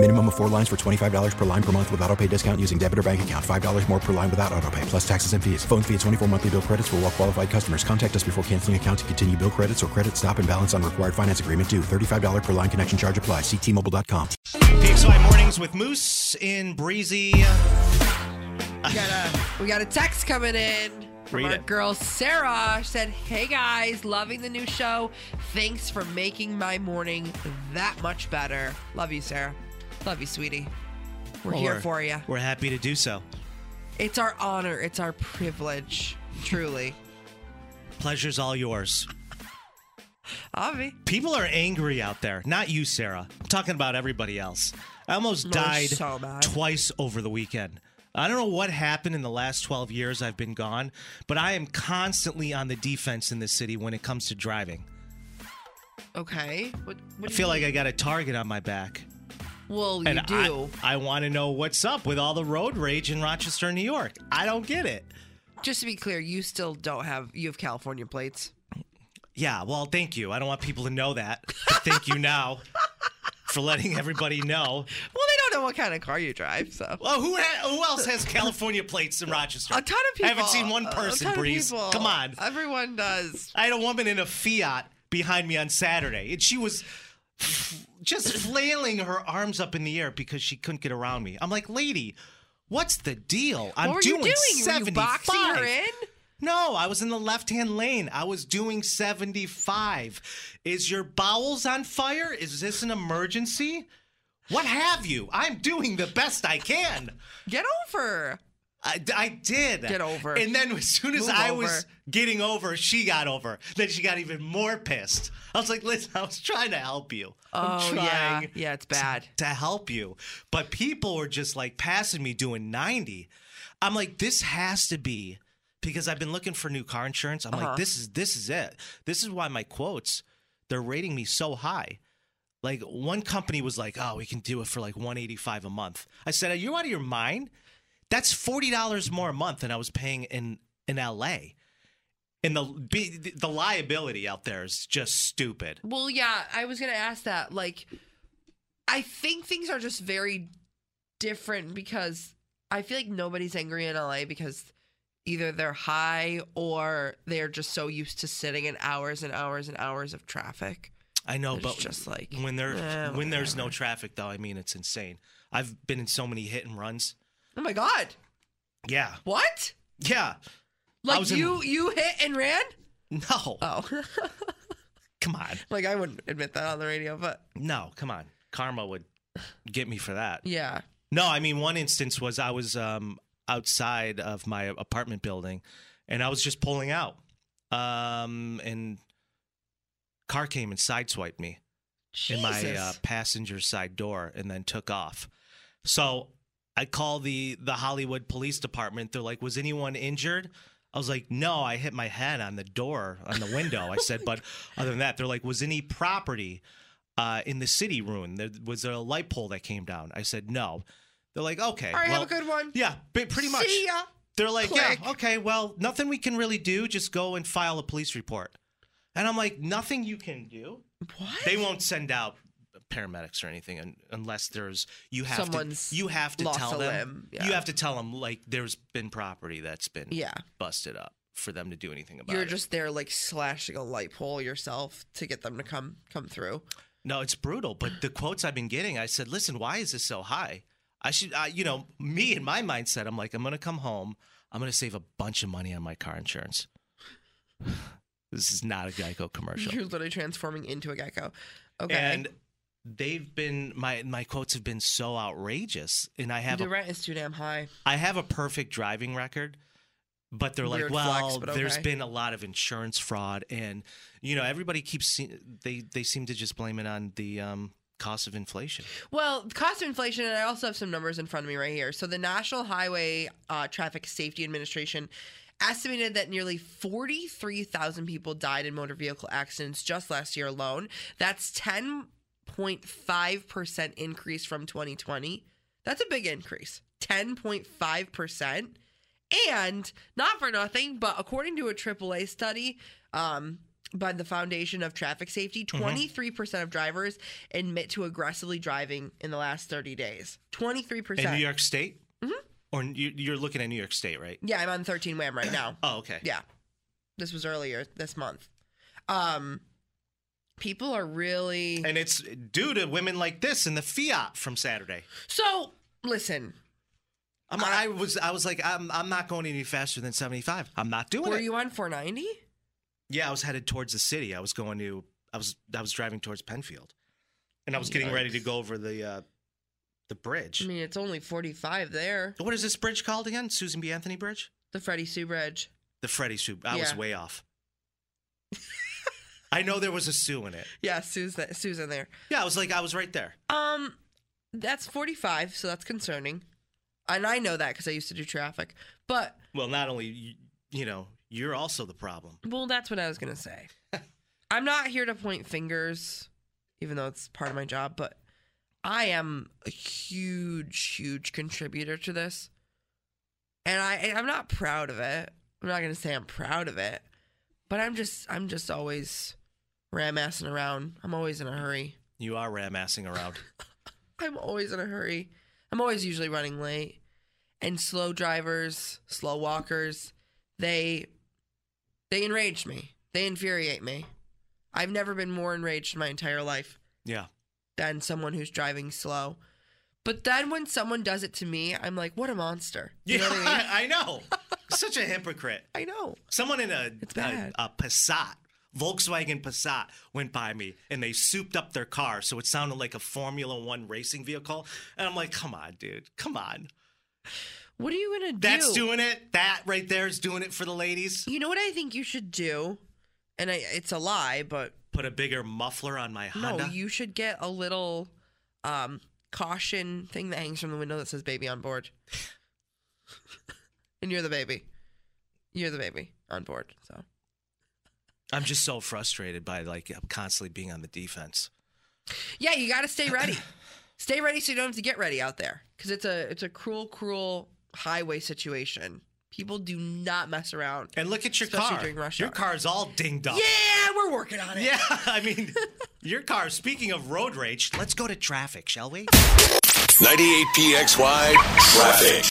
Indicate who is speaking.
Speaker 1: Minimum of four lines for $25 per line per month with auto pay discount using debit or bank account. $5 more per line without auto pay, plus taxes and fees. Phone fee at 24 monthly bill credits for all well qualified customers. Contact us before canceling account to continue bill credits or credit stop and balance on required finance agreement due. $35 per line connection charge apply. Ctmobile.com.
Speaker 2: PXY Mornings with Moose in Breezy.
Speaker 3: We got a, we got a text coming in. From
Speaker 2: Read
Speaker 3: our
Speaker 2: it.
Speaker 3: girl Sarah She said, "Hey guys, loving the new show. Thanks for making my morning that much better. Love you, Sarah. Love you, sweetie. We're
Speaker 2: Well,
Speaker 3: here for you.
Speaker 2: We're happy to do so.
Speaker 3: It's our honor. It's our privilege. Truly,
Speaker 2: Pleasure's all yours.
Speaker 3: Avi.
Speaker 2: People are angry out there. Not you, Sarah. I'm talking about everybody else. I almost died
Speaker 3: so mad.
Speaker 2: twice over the weekend. I don't know what happened in the last 12 years I've been gone, but I am constantly on the defense in this city when it comes to driving.
Speaker 3: Okay. What, what
Speaker 2: I
Speaker 3: do
Speaker 2: feel
Speaker 3: you,
Speaker 2: like I got a target on my back.
Speaker 3: Well, you
Speaker 2: and I-
Speaker 3: do.
Speaker 2: I, want to know what's up with all the road rage in Rochester, New York. I don't get it.
Speaker 3: Just to be clear, you still don't have you have California plates.
Speaker 2: Yeah, well, thank you. I don't want people to know that. But thank you now for letting everybody know.
Speaker 3: Well, they don't know what kind of car you drive, so."
Speaker 2: Well, who ha- who else has California plates in Rochester?
Speaker 3: A ton of people.
Speaker 2: I haven't seen one
Speaker 3: A
Speaker 2: person,
Speaker 3: ton of
Speaker 2: Breeze.
Speaker 3: people. Uh,
Speaker 2: Come on.
Speaker 3: Everyone does.
Speaker 2: I had a woman in a Fiat behind me on Saturday, and she was just flailing her arms up in the air because she couldn't get around me. I'm like, lady, what's the deal? I'm
Speaker 3: what were
Speaker 2: doing
Speaker 3: you doing? Were you
Speaker 2: 75.
Speaker 3: boxing her in?
Speaker 2: No, I was in the left hand lane. I was doing 75. Is your bowels on fire? Is this an emergency? What have you? I'm doing the best I can.
Speaker 3: Get over.
Speaker 2: I, I did.
Speaker 3: Get over.
Speaker 2: And then as soon as
Speaker 3: Move
Speaker 2: I
Speaker 3: over.
Speaker 2: was getting over, she got over. Then she got even more pissed. I was like, listen, I was trying to help you.
Speaker 3: Oh
Speaker 2: I'm
Speaker 3: yeah,
Speaker 2: trying
Speaker 3: yeah, it's bad.
Speaker 2: to help you. But people were just like passing me doing 90. I'm like, this has to be because I've been looking for new car insurance. I'm
Speaker 3: Uh-huh.
Speaker 2: like, this is this is it. This is why my quotes, they're rating me so high. Like one company was like, oh, we can do it for like 185 a month. I said, Are you out of your mind? That's forty dollars more a month than I was paying in in LA. And the be- the liability out there is just stupid.
Speaker 3: Well, yeah, I was gonna ask that. Like, I think things are just very different because I feel like nobody's angry in LA because either they're high or they're just so used to sitting in hours and hours and hours of traffic.
Speaker 2: I know,
Speaker 3: It's
Speaker 2: but
Speaker 3: just like,
Speaker 2: when there
Speaker 3: eh,
Speaker 2: when there's no traffic, though, I mean it's insane. I've been in so many hit and runs.
Speaker 3: Oh my god,
Speaker 2: Yeah,
Speaker 3: what?
Speaker 2: yeah. I
Speaker 3: Like
Speaker 2: was in-
Speaker 3: you, you hit and ran?
Speaker 2: No,
Speaker 3: Oh,
Speaker 2: come on,
Speaker 3: like I wouldn't admit that on the radio, but
Speaker 2: no, come on. Karma would get me for that.
Speaker 3: yeah.
Speaker 2: No, I mean one instance was I was um, outside of my apartment building, and I was just pulling out, um, and car came and sideswiped me. in my uh,
Speaker 3: Jesus.
Speaker 2: passenger side door and then took off. So I call the the Hollywood Police Department. They're like, "Was anyone injured?" I was like, "No, I hit my head on the door on the window." I said, "But other than that, they're like, was any property uh, in the city ruined? There, was there a light pole that came down?" I said, "No." They're like, "Okay,
Speaker 3: All right,
Speaker 2: well,
Speaker 3: have a good one.
Speaker 2: Yeah, b- pretty much.
Speaker 3: See ya.
Speaker 2: They're like,
Speaker 3: Click.
Speaker 2: yeah, okay, well, nothing we can really do. Just go and file a police report. And I'm like, nothing you can do.
Speaker 3: What?
Speaker 2: They won't send out paramedics or anything un- unless there's you have
Speaker 3: Someone's
Speaker 2: to you have to
Speaker 3: lost
Speaker 2: tell
Speaker 3: a
Speaker 2: them
Speaker 3: limb, yeah.
Speaker 2: you have to tell them like there's been property that's been
Speaker 3: Yeah.
Speaker 2: busted up for them to do anything about
Speaker 3: You're
Speaker 2: it.
Speaker 3: just there like slashing a light pole yourself to get them to come come through.
Speaker 2: No, it's brutal. But the quotes I've been getting, I said, listen, why is this so high? I should, I, you know, me in my mindset, I'm like, I'm going to come home. I'm going to save a bunch of money on my car insurance. This is not a Geico commercial.
Speaker 3: You're literally transforming into a gecko. Okay.
Speaker 2: And they've been, my, my quotes have been so outrageous. And I have
Speaker 3: the
Speaker 2: a
Speaker 3: rent is too damn high.
Speaker 2: I have a perfect driving record, but they're
Speaker 3: Weird
Speaker 2: like, well,
Speaker 3: flex, but
Speaker 2: there's
Speaker 3: okay."
Speaker 2: been a lot of insurance fraud, and you know, everybody keeps se- they they seem to just blame it on the um, cost of inflation.
Speaker 3: Well, the cost of inflation, and I also have some numbers in front of me right here. So the National Highway uh, Traffic Safety Administration estimated that nearly 43,000 people died in motor vehicle accidents just last year alone. That's 10.1 10.5% increase from 2020. That's a big increase. 10.5%. And not for nothing, but according to a AAA study um, by the Foundation of Traffic Safety,
Speaker 2: Mm-hmm.
Speaker 3: 23% percent of drivers admit to aggressively driving in the last 30 days. 23%.
Speaker 2: In New York State?
Speaker 3: Mm-hmm.
Speaker 2: Or you, you're looking at New York State, right?
Speaker 3: Yeah, I'm on 13 wham right now.
Speaker 2: Oh, okay.
Speaker 3: Mm-hmm. Yeah. This was earlier this month. Um people are really
Speaker 2: And it's due to women like this in the Fiat from Saturday.
Speaker 3: So, listen.
Speaker 2: I'm, I, was I was like, I'm, I'm not going any faster than 75. I'm not doing
Speaker 3: Were
Speaker 2: it.
Speaker 3: you on 490?
Speaker 2: yeah, I was headed towards the city. I was going to I was I was driving towards Penfield. And I was getting ready to go over the uh the bridge.
Speaker 3: I mean, it's only 45 there.
Speaker 2: what is this bridge called again? Susan B. Anthony Bridge?
Speaker 3: The Freddie Sue Bridge.
Speaker 2: The Freddie Sue. I was
Speaker 3: Yeah.
Speaker 2: way off. I know there was a Sue in it.
Speaker 3: Yeah, Sue's, th- Sue's in there.
Speaker 2: Yeah, I was like, I was right there.
Speaker 3: Um, that's 45, so that's concerning. And I know that because I used to do traffic. But,
Speaker 2: Well, not only you, you know, you're also the problem.
Speaker 3: well, that's what I was going to say. I'm not here to point fingers, even though it's part of my job, but I am a huge, huge contributor to this. And I and I'm not proud of it. I'm not gonna say I'm proud of it. But I'm just I'm just always ram assing around. I'm always in a hurry.
Speaker 2: You are ramassing around.
Speaker 3: I'm always in a hurry. I'm always usually running late. And slow drivers, slow walkers, they they enrage me. They infuriate me. I've never been more enraged in my entire life
Speaker 2: yeah.
Speaker 3: than someone who's driving slow. But then when someone does it to me, I'm like, what a monster. You
Speaker 2: Yeah,
Speaker 3: know what I mean?
Speaker 2: I, I know. Such a hypocrite.
Speaker 3: I know.
Speaker 2: Someone in a,
Speaker 3: It's
Speaker 2: a
Speaker 3: bad.
Speaker 2: a Passat, Volkswagen Passat, went by me and they souped up their car so it sounded like a Formula One racing vehicle. And I'm like, come on, dude, come on.
Speaker 3: What are you gonna do?
Speaker 2: That's doing it. That right there is doing it for the ladies.
Speaker 3: You know what I think you should do? And I, it's a lie, but
Speaker 2: Put a bigger muffler on my
Speaker 3: no,
Speaker 2: Honda.
Speaker 3: Oh, you should get a little um, caution thing that hangs from the window that says "baby on board," and you're the baby. You're the baby on board. So
Speaker 2: I'm just so frustrated by like constantly being on the defense.
Speaker 3: yeah, you got to stay ready. stay ready so you don't have to get ready out there because it's a it's a cruel, cruel highway situation. People do not mess around.
Speaker 2: And look at your
Speaker 3: Especially
Speaker 2: car.
Speaker 3: during rush
Speaker 2: your
Speaker 3: hour.
Speaker 2: car's all dinged up.
Speaker 3: Yeah, we're working on it.
Speaker 2: Yeah, I mean, your car. Speaking of road rage, let's go to traffic, shall we?
Speaker 4: 98pxy traffic.